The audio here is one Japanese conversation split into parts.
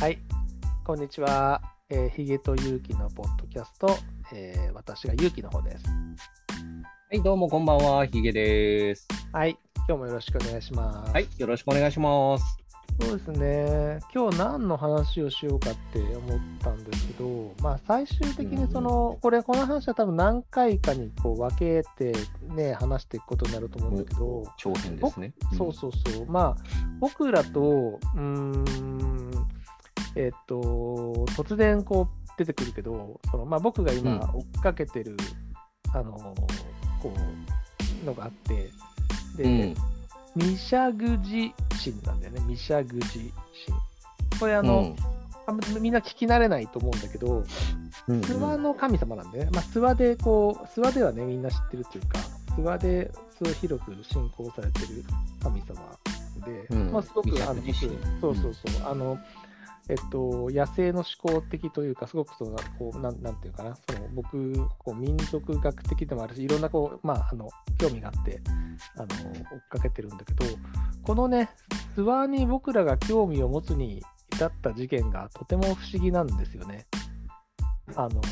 はい、こんにちは。えー、ヒゲと勇気のポッドキャスト、えー私が勇気の方です。はい、どうもこんばんは、ひげです。はい、今日もよろしくお願いします。はい、よろしくお願いします。そうですね、今日何の話をしようかって思ったんですけど、まあ、最終的にその、これ、この話は多分何回かにこう分けて、ね、話していくことになると思うんだけど、長編ですね。そうそうそう、まあ、僕らと、うーん、えっと、突然こう出てくるけど、そのまあ、僕が今、追っかけてる、あの、こう、のがあって、で、うん。うん。ミシャグジ神なんだよね、ミシャグジ神。これああの、あんまみんな聞き慣れないと思うんだけど、うん、諏訪の神様なんでね、まあ、諏訪でこう、諏訪ではね、みんな知ってるというか、諏訪で諏訪広く信仰されてる神様で、うんまあ、すごく御釈あの僕自身そうそうそう、あの、えっと、野生の思考的というか、すごくそのこうなんなんていうかな、その僕こう、民族学的でもあるし、いろんなこう、まあ、あの興味があってあの、追っかけてるんだけど、このね、諏訪に僕らが興味を持つに至った事件がとても不思議なんですよね。あの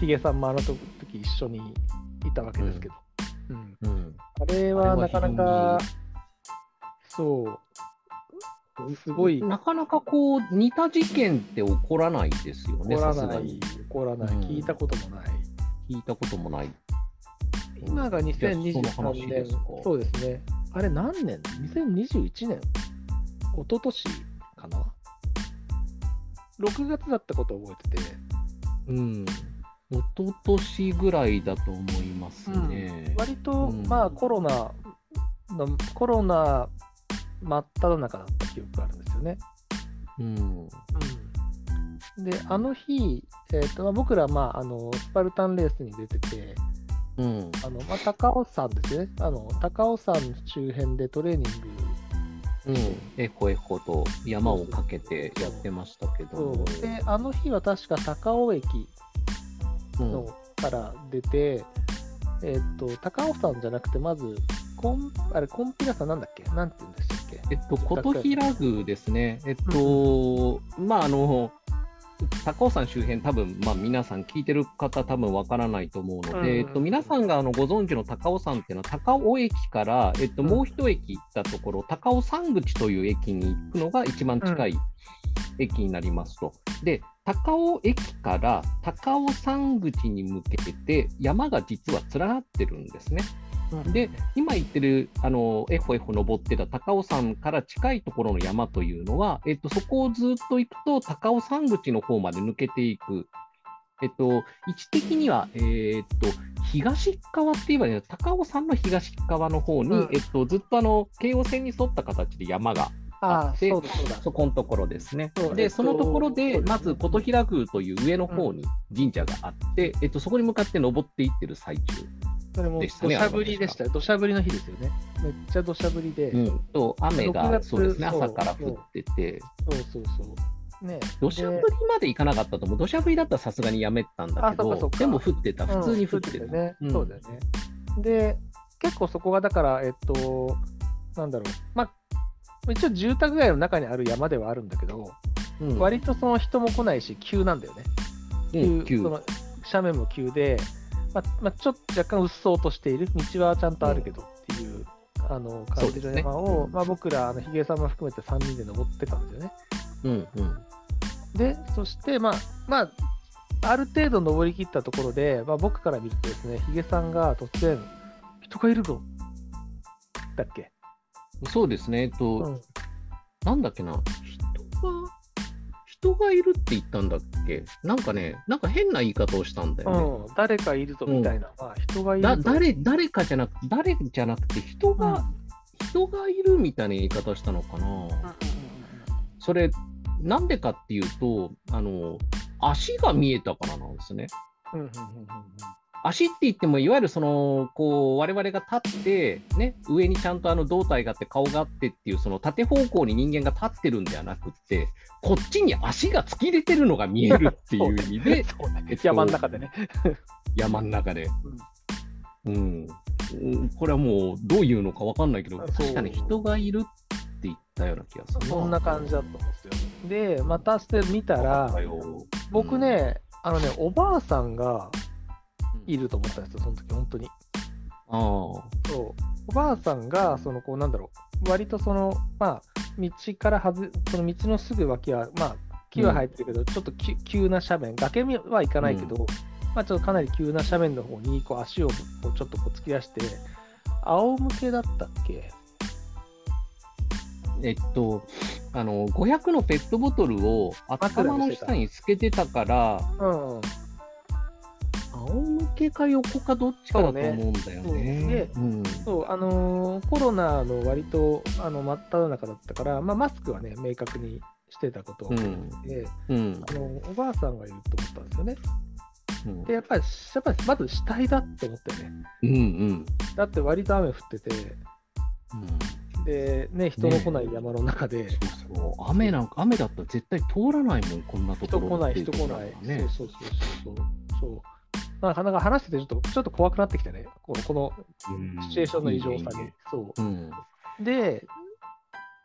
ヒゲさんもあの時一緒にいたわけですけど、うんうん。あれはなかなかあそうすごいなかなかこう、似た事件って起こらないですよね、怒らさすがない、に。怒らない、うん聞いたこともない。聞いたこともない。今がいやその2023話で年すか、そうですね。あれ何年 ?2021 年一昨年かな ?6 月だったことを覚えてて、うん。一昨年ぐらいだと思いますね。割と、うんまあコロナの、コロナ真っ只中だった記憶があるんですよね。うん。で、あの日、えーとまあ、僕ら、まあ、あのスパルタンレースに出てて、うん。あのまあ、高尾山ですねあの、高尾山周辺でトレーニングうん。えこえこと山をかけてやってましたけど。そうであの日は確か高尾駅うんのから出て、えっと高尾山じゃなくてまずコンあれコンピラさんなんだっけなんて言うんでしたっけえっと、琴平宮ですね、えっと、まあ、あの、高尾山周辺、多分まあ皆さん聞いてる方、多分わからないと思ううのんうんで、えっと、皆さんがあのご存知の高尾山っていうのは、高尾駅から、えっと、うんもう一駅行ったところ、高尾山口という駅に行くのが一番近い駅になりますと。で、高尾駅から高尾山口に向けて、山が実は連なってるんですね。で今言ってるあのエホエホ登ってた高尾山から近いところの山というのは、えっと、そこをずっと行くと高尾山口の方まで抜けていく、えっと、位置的には、えーっと東側って言えばいいの高尾山の東側の方に、うんえっと、ずっとあの京王線に沿った形で山がああでそうだそうだそこのところですねそう。えっで、とそのところそで、うですねまず琴平宮という上の方に神社があって、えっと、そこに向かって登っていってる最中。それもで土したね砂降りでしたよ土砂降りの日ですよねめっちゃ土砂降りで、うん、と雨6が月そうですねそう朝から降ってて、そうそうそうね土砂降りでまで行かなかったと思う、土砂降りだったらさすがにやめたんだけあそっかそっどか、でも降ってた、普通に降ってた。うんね、うんそうだよね。で、結構そこがだから、えっと、なんだろう、まあ、一応住宅街の中にある山ではあるんだけど、うん割とその人も来ないし、急なんだよね。うん急、急その斜面も急で、まあまあ、ちょっと若干うっそうとしている、道はちゃんとあるけどっていう、あの感じの山そうですを、ねうんまあ、僕ら、あのヒゲさんも含めて3人で登ってたんですよね。うんうんで、そして、まあ、まあ、ある程度登り切ったところで、まあ、僕から見るとですね、ヒゲさんが突然、人がいるぞだっけ、そうですね、えっと、うん、なんだっけな、人が、人がいるって言ったんだっけ、なんかね、なんか変な言い方をしたんだよね。うん誰かいるぞみたいな、まあ、人がいるぞだ誰誰かじゃなく誰じゃなくて人うんうんが、人がいるみたいな言い方したのかな、それなんでかっていうとあの足が見えたからなんですねうんうんうんうん足って言ってもいわゆるそのこう我々が立ってね上にちゃんとあの胴体があって顔があってっていうその縦方向に人間が立ってるんではなくってこっちに足が突き出てるのが見えるっていう意味 でそうねえっと山の中でね。山の中で。うん、うんこれはもうどういうのかわかんないけどそう確かに人がいるっっていったような気がするそんな感じだったんですよ。で、またして見ただら、僕、ね、あのね、おばあさんがいると思ったんですよ、その時本当に。ああ、そうおばあさんが、その、こう、なんだろう、割とその、まあ、道から外れ、その道のすぐ脇は、まあ、木は生えてるけど、ちょっとき急な斜面、崖には行かないけど、まあ、ちょっとかなり急な斜面の方に、こう、足をこうちょっとこう突き出して、仰向けだったっけえっと、あの500のペットボトルを頭の下につけてたから、うん、うん。仰向けか横かどっちかだと思うんだよそうねね。うんそう、あのーコロナの割とあの真っ只中だったから、まあ、マスクはね、明確にしてたことを、うんでうんあのおばあさんがいると思ったんですよね。うんで、やっぱり、やっぱりまず死体だって思ったよね。うんうんだって割と雨降ってて、で、ね、人の来ない山の中で、そうそう雨なんか雨だったら絶対通らないもんこんなと人ころ来ない、って人来うこなとだいから。ねそうそうそうそうそう。そうなかなか話しててちょっと、ちょっと怖くなってきてね、このこのうんシチュエーションの異常さに。いいねそいいねうで、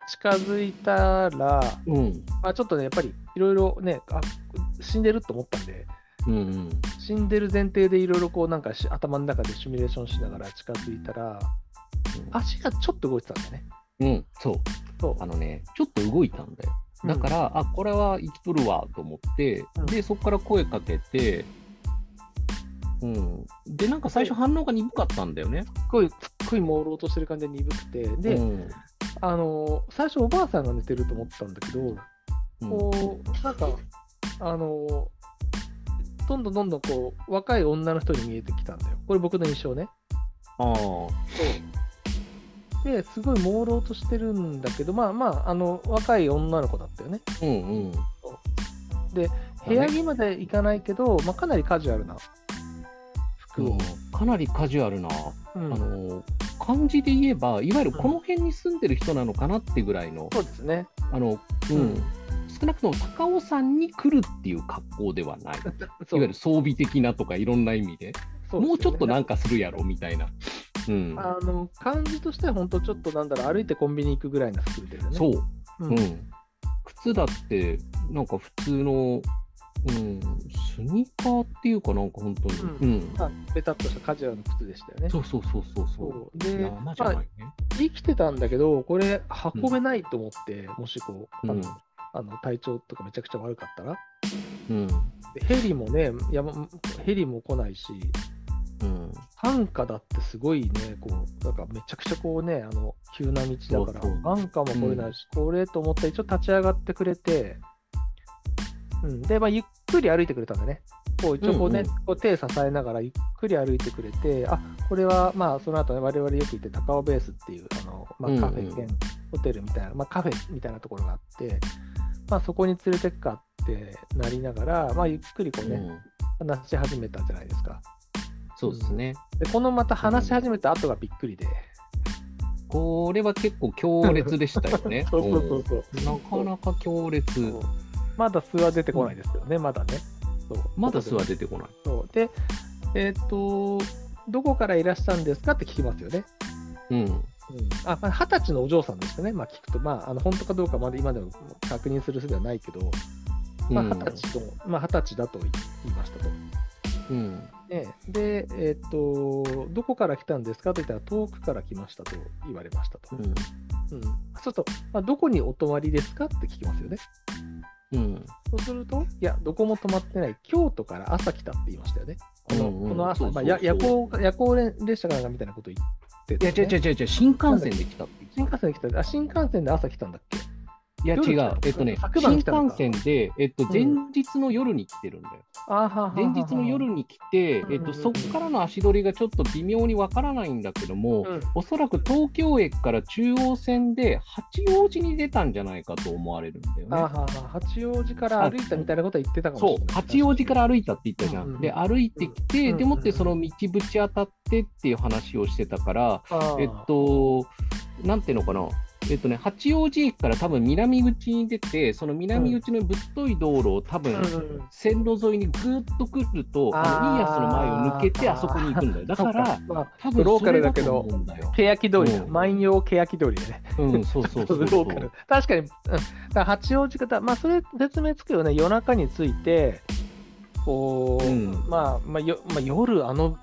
近づいたら、うんうんまあ、ちょっとね、やっぱりいろいろねあ、死んでると思ったんで、うんうん死んでる前提でいろいろこう、なんかし頭の中でシミュレーションしながら近づいたら、足がちょっと動いてたんだよね。うんそうそう、あのねちょっと動いたんだよだからら、あこれは生きとるわと思って、うんでそこから声かけて、うん、でなんか最初で反応が鈍かったんだよね。すっごい、すっごい朦朧としてる感じで鈍くて、で、うんあのー最初おばあさんが寝てると思ったんだけど、うんこう、なんか、あのーどんどんどんどんこう若い女の人に見えてきたんだよ。これ僕の印象ね。あそうですごい朦朧としてるんだけどまあまああの若い女の子だったよね。ーうんうんでそう部ね屋着まで行かないけど、まあ、かなりカジュアルな服を、うんかなりカジュアルな、うんあの感じで言えばいわゆるこの辺に住んでる人なのかなってぐらいの,、そうですねあのうんうん少なくとも高尾山に来るっていう格好ではない。いそうわゆる装備的なとかいろんな意味でそうですよねもうちょっとなんかするやろみたいな。うん、あの感じとしては本当ちょっとなんだろう歩いてコンビニ行くぐらいの服だよね、そうううんうん、靴だってなんか普通の、うん、スニーカーっていうかなんか本当に、うんうんまあベタっとしたカジュアルの靴でしたよねそうそうそうそうそうそうで、ま山じゃないあ、ね、生きてたんだけどこれ運べないと思って、もしこうあの、うんあの体調とかめちゃくちゃ悪かったらうんでヘリもね山ヘリも来ないしうん、安価だってすごいね、こう、なんかめちゃくちゃこうね、あの、急な道だかそうら、安価も来れないし、これと思ったら一応立ち上がってくれて、うん、で、まあ、ゆっくり歩いてくれたんだね。こう、一応こうね、うんうこう手支えながらゆっくり歩いてくれて、あ、これは、まあ、その後ね、我々よく行って高尾ベースっていう、あの、まうんうあ、カんフェ兼ホテルみたいな、まあ、カフェみたいなところがあって、まあ、そこに連れてくかってなりながら、まあ、ゆっくりこううね、ん話し始めたじゃないですか。そうですね、で、このまた話し始めた後がびっくりで。これは結構強烈でしたよ ねそうそうそうそう。うんなかなか強烈そうまだ素は出てこないですよね、まだね。そうまだ巣は出てこないそうで、えっ、と、どこからいらしたんですかって聞きますよね。うんあ、まあ二十歳のお嬢さんでしたね、まあ、聞くと、まあ、あの本当かどうかまだ今でも確認するすべはないけど、まあ、うん二十歳と、まあ、二十歳だと言いましたと。うんね、で、えっ、と、どこから来たんですかと言ったら、遠くから来ましたと言われましたと。うんうん、そうすると、まあ、どこにお泊まりですかって聞きますよね。うんそうすると、いや、どこも泊まってない、京都から朝来たって言いましたよね。この,、うんうんこの朝、そうそうまそあ、やう夜行夜行列車からみたいなこと言っていたやよ違うね、違う違う違う新幹線で来たって言っ新てた幹線で来たあ、新幹線で朝来たんだっけいや夜来違たうえっとね昨晩新来たのか幹線でえっとん前日の夜に来てるんだよあはははは前日の夜に来てう、んえっと、そこからの足取りがちょっと微妙にわからないんだけども、うんおそらく東京駅から中央線で八王子に出たんじゃないかと思われるんだよあはね。は八王子から歩いたみたいなことは言ってたかもしれそなうい。八王子から歩いたって言ったじゃん。うんで歩いてきて、うんでもってうんその道ぶち当たってっていう話をしてたから、あーえっとなんていうのかなえっとね、八王子駅から多分南口に出て、その南口のぶっとい道路を多分、うん線路沿いにぐっと来ると、あのいいやつの前を抜けて、あーあそこに行くんだよ。だかそらっ、まあ、多分ローカルだけそれどと思うんだよ。欅通りだ、うん万葉欅通りでね。うん、そうそうそう ロそう。ーカル確かに、うん、だから八王子方、まあ、それ説明つくよね、夜中について、こう、うんまあ、まあよまあ、夜、あの、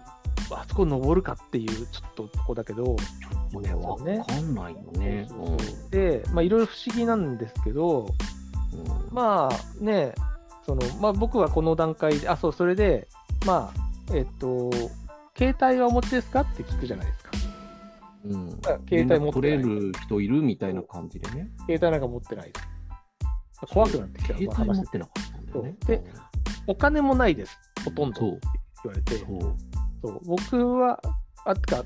あそこ登るかっていう、ちょっととこだけど、もうね、わかんないよね。そううんそうそうで、まあ、いろいろ不思議なんですけど、うんまあね、そのまあ、僕はこの段階で、あ、そう、それで、まあ、えっと、携帯はお持ちですかって聞くじゃないですか。うん携帯持ってない連絡取れる人いるみたいな感じでね。携帯なんか持ってないです。怖くなってきた、携まあ帯話持しってててなかったんだよね。そうでお金もないです、ほとんどそってう言われて。そう。そう僕は、あてか、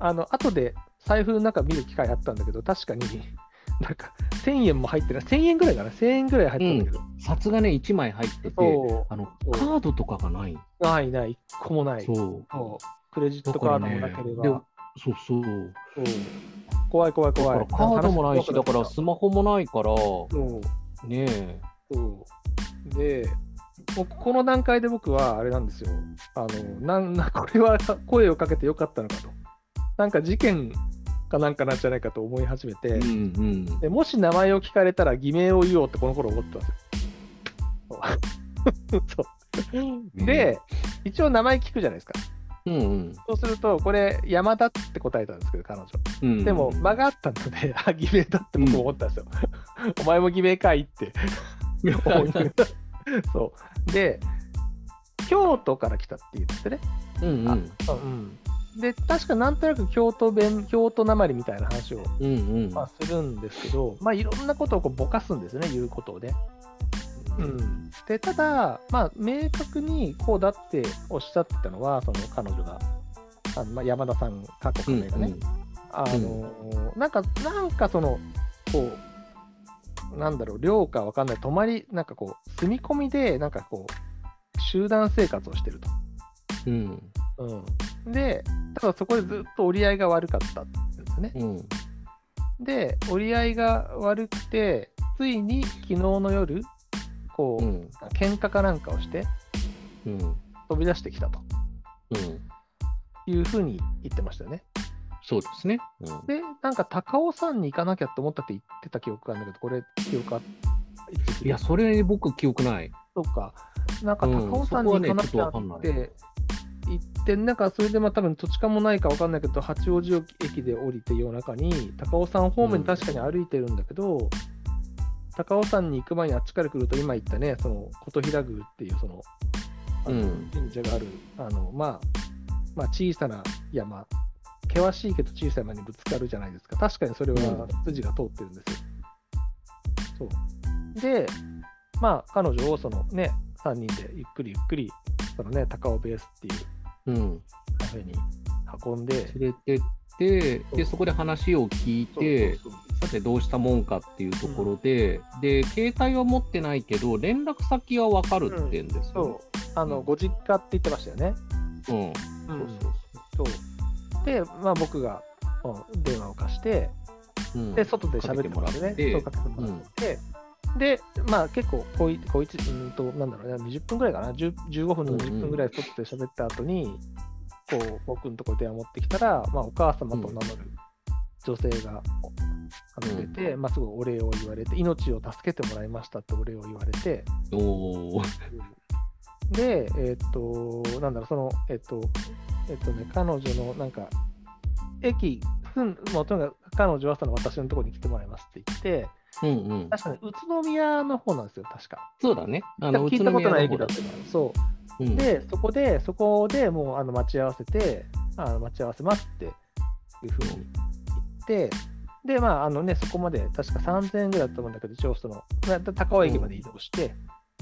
あの後で財布の中見る機会あったんだけど、確かに、 なんか1000円も入ってない、1000円ぐらいかな、1000円ぐらい入ってたんだけど、札がね、1枚入ってて、そあのそうカードとかがない。うないない、1個もない、そう。そうクレジットカードもなければ、でそうそう。そう怖い怖いだか怖らい。カードもないし、だからそスマホもないから、うねえ。そうで、もうこの段階で僕はあれなんですよ、あのなん なこれは声をかけてよかったのかと、なんか事件かなんかなんじゃないかと思い始めて。うんうん。でもし名前を聞かれたら偽名を言おうってこの頃思ってたん ですよ。そうで、一応名前聞くじゃないですか。うんうんそうすると、これ、山田って答えたんですけど、彼女。うん。でも、間があったので、 あ、偽名だって僕も思ったんですよ。 お前も偽名かいって思いながらそう。で、京都から来たって言ってね。うんうん。うん、で、確かなんとなく京都弁、京都なまりみたいな話をうんうん。まあ、するんですけど、まあ、いろんなことをこうぼかすんですよね、言うことをね。うん、でただ、まあ、明確にこうだっておっしゃってたのは、その彼女が、あのまあ、山田さん、過去う仮ん名がね、あのなんか、なんかその、こう、なんだろう、寮かわかんない、泊まり、なんかこう、住み込みで、なんかこう、集団生活をしてると。うんうん、で、ただそこでずっと折り合いが悪かったんですね。うん。で折り合いが悪くてついに昨日の夜こう、うん喧嘩かなんかをしてうん。飛び出してきたとうん。いうふうに言ってましたよね。そうですね。うんでなんか高尾山に行かなきゃと思ったって言ってた記憶があるんだけどこれ記憶あいや、それ僕記憶ない。そうかなんかうん高尾山に行かなきゃそこっはねちょっとわかんないて言ってなんかそれでまあ多分土地勘もないかわかんないけど八王子駅で降りて夜中に高尾山方面に確かに歩いてるんだけど、高尾山に行く前にあっちから来ると今言ったねその琴平宮っていうそのあのうん神社がある、あのまあまあ小さな山険しいけど小さい山にぶつかるじゃないですか確かにそれは筋が通ってるんですよ、そうでまあ彼女をそのね3人でゆっくりゆっくりそのね高尾ベースっていううん。カフェに運んで連れてって、で、そこで話を聞いて、そうそうさてどうしたもんかっていうところで、で、携帯は持ってないけど、連絡先はわかるって言うんですそうよ。そうあのご実家って言ってましたよね、うん。うそうそうでまあ僕が、うん電話を貸してそううん。で、外で喋ってもらってね、うんそうかけてもらって、で、まあ結構こい、こいつ、うーんと、なんだろうね、20分ぐらいかな、10 15分うのんうん20分ぐらい外で喋った後に、こう、僕のところに電話持ってきたら、まあお母様と名乗る女性が、あの出て、まあすごいお礼を言われて、命を助けてもらいましたってお礼を言われて、おお。で、えっと、なんだろう、その、えっと、えっとね、彼女の、なんか、駅、すんもうとにかく彼女はその私のところに来てもらいますって言って、うんうん。確かに宇都宮の方なんですよ、確か。そうだね。あ聞いたことない駅だったか宇都宮の方ら。そうんう。で、そこで、そこでもうあの待ち合わせて、あの待ち合わせますっていうふうに言って、で、まあ、あのね、そこまで確か3000円ぐらいだったと思うんだけど、一応その、まあ高尾駅まで移動して、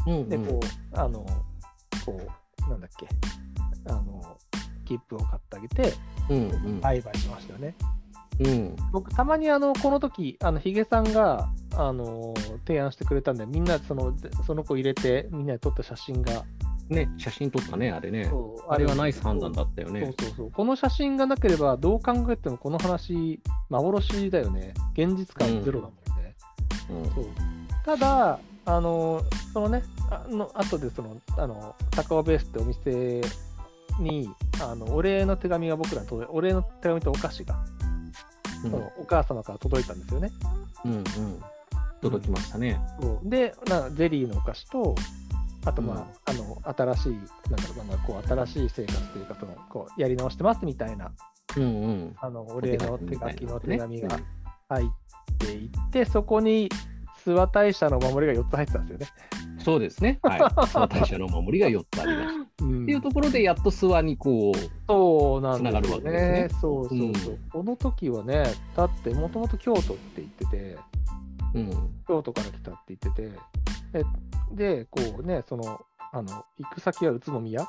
うんで、こう、あの、こう、なんだっけ、あの、切符を買ってあげて、うんうん売買しましたよね。うん僕たまにあのこの時あのヒゲさんがあの提案してくれたんでみんなそのぜその子入れてみんなで撮った写真がね、写真撮ったね、あれね。そうあれはナイス判断だったよそうね。そうそうこの写真がなければどう考えてもこの話幻だよね現実感ゼロだもんね、うんそうただあのそのねあの後でそのあの高尾ベースってお店にあのお礼の手紙が僕らに届いお礼の手紙とお菓子が、うんそのお母様から届いたんですよねうんうん届きましたね。そうでなゼリーのお菓子とあとまあ,、あの新しいなんだろうなこう新しい生活というかそのこうやり直してますみたいなうんうん。あのお礼の手書きの手紙がね入っていって、そこに諏訪大社のお守りが4つ入ってたんですよね。うんそうですね。 はい。諏訪大社のお守りが4つあります。うんっていうところで、やっと諏訪にこう、そうなんつながでするよわけね。ですねそうそうそう。この時はね、だってもともと京都って言ってて、うん、京都から来たって言ってて、で、でこうね、その、あの行く先は宇都宮、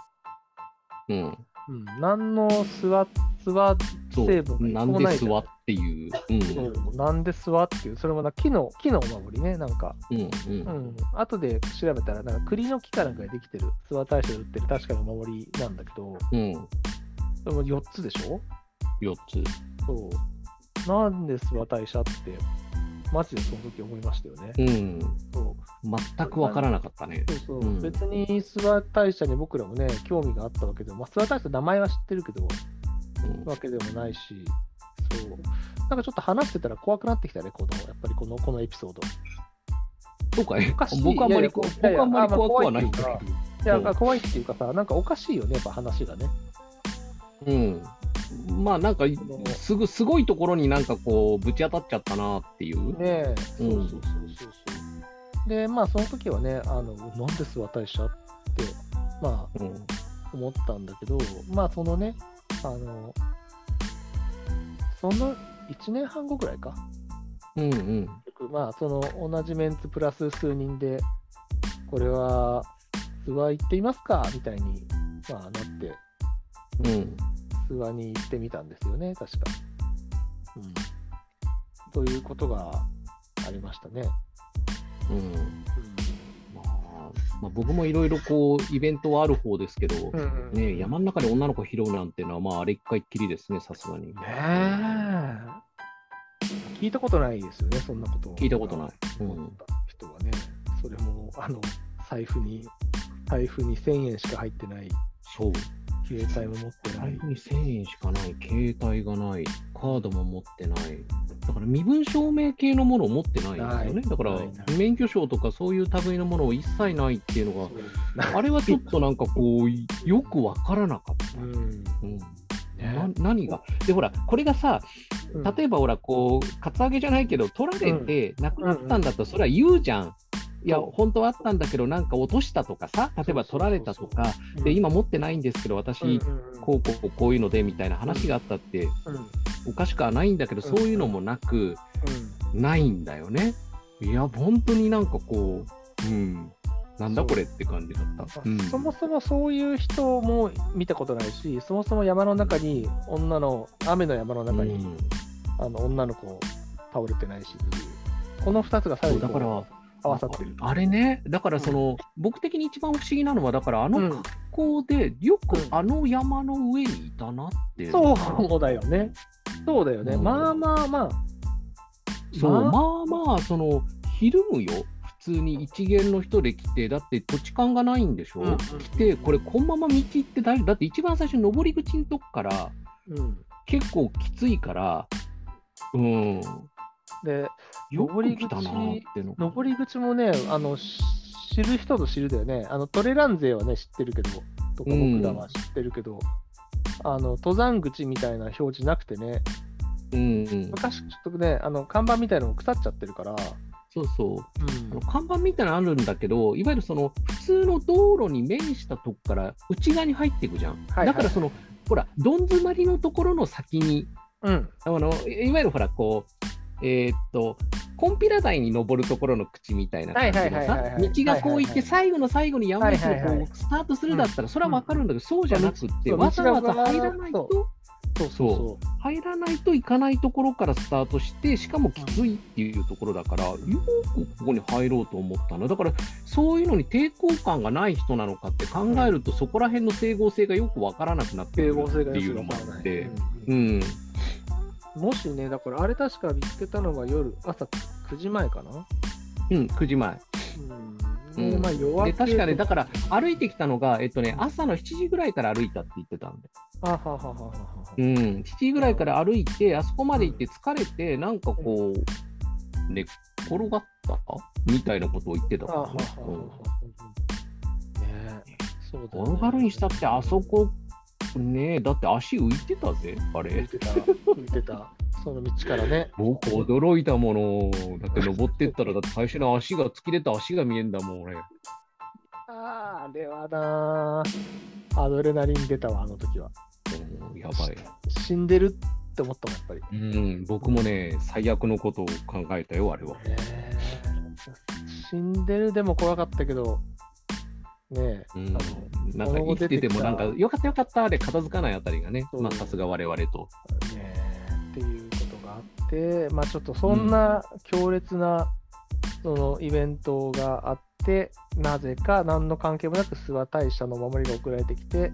ううん、ん、何の諏訪、諏そう、成分が一なん個もでない諏訪っていう、うん、訪、なんで諏訪っていう、それもな木の木のお守りね、なんか、うん、う、うんん、後で調べたら、なんか栗の木かなんかでできてる、諏訪大社で売ってる確かにお守りなんだけど、うん、でも4つでしょ4つ。そう。なんで諏訪大社って、マジでその時思いましたよね。うん、そう全くわからなかったね。そうそう、うん別に諏訪大社に僕らもね、興味があったわけでも、まあ、諏訪大社の名前は知ってるけど、うんわけでもないし、そう。なんかちょっと話してたら怖くなってきたね、この、やっぱりこの、このエピソード。そうかいおかしい僕あんまりこ、い僕やいやあんまりあまあ怖くはないんだ怖いっけど。いや、うんあ怖いっていうかさ、なんかおかしいよね、やっぱ話がね。うん、まあなんかすぐすごいところになんかこうぶち当たっちゃったなっていう、ねえ、うんそうそうそうそうそう。で、まあ、その時はね、あの、なんで諏訪大社って、まあ、うん思ったんだけど、まあ、そのね、あの、その1年半後ぐらいか、うんうん結局まあ、その同じメンツプラス数人で、これは、諏訪行ってみますか、みたいに、まあ、なって、うん諏訪に行ってみたんですよね、確か。うん。ということがありましたね。うんうんまあまあ、僕もいろいろこうイベントはある方ですけど、ね、山の中で女の子拾うなんてのは、まあ、あれ一回っきりですね、さすがに。ねえ聞いたことないですよね、そんなことを聞いたことない。う思っん、た人はね、それもあの財布に、財布に1000円しか入ってない、そう。携帯も持ってな財い。布に1000円しかない、携帯がない、カードも持ってない。だから身分証明系のものを持ってないんですよなね。いだからないない免許証とかそういう類のものを一切ないっていうのなが、あれはちょっとなんかこう、よくわからなかった。うんうんなね何がでほらこれがさうん例えばほらこうカツアゲじゃないけど取られてなくなったんだったらそれは言うじゃん。いやそう本当はあったんだけどなんか落としたとかさ例えばそうそうそうそう取られたとかうんで今持ってないんですけど私うんうんこうこうこうこういうのでみたいな話があったってうんうんおかしくはないんだけどうんそういうのもなくないんだよね。いや本当になんかこううんなんだそうこれって感じだった。うんそもそもそういう人も見たことないし、そもそも山の中に女の、雨の山の中に、うんあの女の子倒れてないしっていう、この2つがさらにこうそうだから合わさってる。ああれね、だからその、僕的に一番不思議なのは、だからあの格好で、よくうんあの山の上にいたなって。そうだよね。そうだよね。うんまあまあまあ。そうまあまあまあ、その、ひるむよ。普通に一元の人で来て、だって土地勘がないんでしょ。うん来て、これ、このまま道行って大丈夫。だって一番最初、上り口のとこから、うん、結構きついから、うん、で、よく来たなってのが。上り口もね、あのし知る人ぞ知るだよね。あのトレラン勢はね、知ってるけど、とかうん僕らは知ってるけど、あの登山口みたいな表示なくてね、うんうん、昔ちょっとね、あの看板みたいなのも腐っちゃってるから、そうそう。あうの看板みたいなのあるんだけど、いわゆるその普通の道路に面したとこから内側に入っていくじゃん。はいはいだからその、ほら、どん詰まりのところの先に、ん、うん、あのいいわゆるほら、こう、えーっとコンピラ台に登るところの口みたいな感じのはいはいはいさはいは道いがこはいはう行っいはてい最後の最後に山道がはいはいはこいうスタートするだったらそれは分かるんだけどそうじゃなくってそうわざわざ道が入らないとそうそうそう。入らないといかないところからスタートしてしかもきついっていうところだからよくここに入ろうと思ったのだからそういうのに抵抗感がない人なのかって考えるとそこら辺の整合性がよく分からなくなって整くる合性っがてよいくうのわもかあらなっい。て。うんうんもしね、だからあれ確か見つけたのが夜、朝9時前かな。うん、9時前。うん。で、うんまあ夜明でけ。確かね、だからら歩いてきたのが、えっとね、朝の7時ぐらいから歩いたって言ってたんで、あははははは。うん、7時ぐらいから歩いて、あそこまで行って疲れて、なんかこう、寝っ転がったみたいなことを言ってたあかははらははね、うんねえそうだよね転がるにしたって、あそこ、ねえ、だって足浮いてたぜ、あ浮いれ。てた、浮いてた、その道からね。僕、驚いたもの。だって登ってったら、だって最初の足が、突き出た足が見えんだもん、俺。ああ、あれはなー、アドレナリン出たわ、あの時は。うんやばい。死んでるって思ったもん、やっぱり。うん、僕もね、最悪のことを考えたよ、あれは。ねえ死んでるでも怖かったけど、ねえ、うんあの、なんか生きててもなんか物語よかったよかったで片付かないあたりがねそうまあさすが我々とねえっていうことがあって、まあちょっとそんな強烈な、そのイベントがあって、なぜか何の関係もなく諏訪大社のお守りが送られてきて、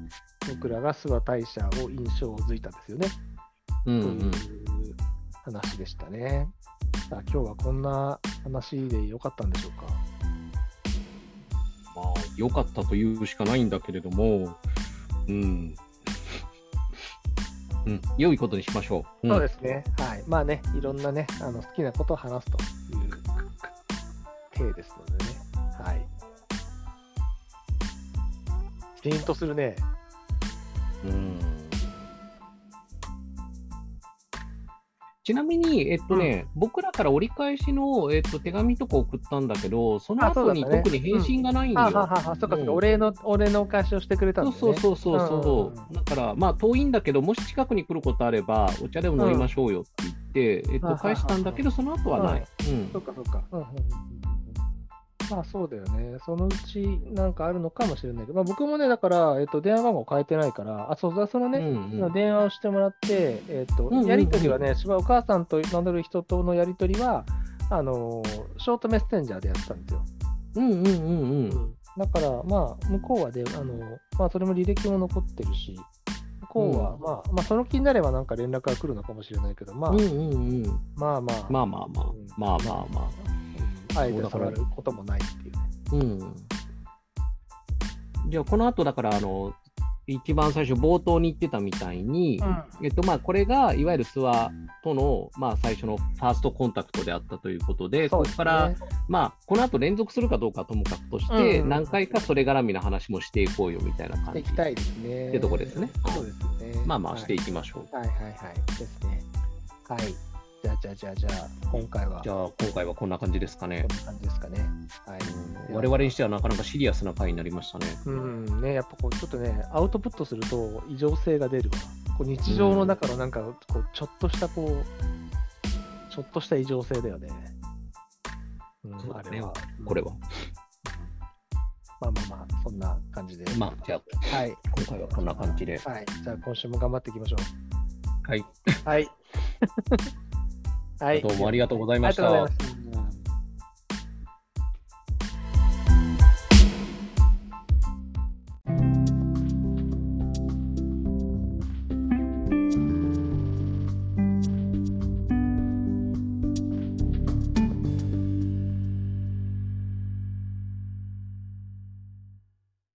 僕らが諏訪大社を印象づいたんですよね。うんという話でしたね。さあ今日はこんな話でよかったんでしょうか。まあ良かったというしかないんだけれどもうん、 うん、良いことにしましょう、うんそうですね。はい。まあね、いろんなね、あの好きなことを話すという体ですのでね。はい。ピンとするね。うんちなみに、えっとね、僕らから折り返しの、えっと、手紙とか送ったんだけど、そのあそうだ後ったにね特に返信がないんよ。あははは、そうかそうか、うんお礼の、お礼のお返しをしてくれたんだよね。そうそうそうそううんそう、うんうんだからまあ遠いんだけどもし近くに来ることあればお茶でも飲みましょうよって言って、えっはいと、はいはい返したんだけどその後はない、うんそうかそうか。うんうんうんうんうんまあそうだよね。そのうちなんかあるのかもしれないけど、まあ、僕もね、だから、えっと、電話番号変えてないから、あ、そうだ、そのね、うんうん電話をしてもらって、えっとうんうんうんやり取りはね、芝お母さんと名乗る人とのやり取りは、あのーショートメッセンジャーでやってたんですよ。うんうんうんうんだから、まあ、向こうはで、あのーまあ、それも履歴も残ってるし、向こうは、うんまあ、まあ、その気になればなんか連絡が来るのかもしれないけど、まあ、うんうんうんまあまあ、まあまあまあうんまあまあまああえて触ることもないっていうね。うんじゃあこの後だからあの一番最初冒頭に言ってたみたいに、えっとまあ、これがいわゆる諏訪との、まあ、最初のファーストコンタクトであったということで、そうこでこすかねらまあ、この後連続するかどうかはともかくとしうんうんて、うん何回かそれ絡みの話もしていこうよみたいな感してじいきたいですね。ってとこですねそうですね。まあまあしていき、きましょう。はい。はいはいはい。ですね。はい。じゃあじゃあじゃあじゃあ、今回はじゃこあ、今回はこんな感じですかん。ねな感じですかね。はい。うん我々にしてはなかなかシリアスな回になりましたね。うんね、やっぱこうちょっとね、アウトプットすると異常性が出るわ。こう日常の中のなんか、こうちょっとしたこう、ちょっとした異常性だよね。うんそうあだねれは。これは。まあまあまあ、そんな感じで。まあ、じゃあ、はい。今回はこんな感じで。はい。じゃあ今週も頑張っていきましょう。はい。はい。はい。 どうもありがとうございありまがしとうございたま。した。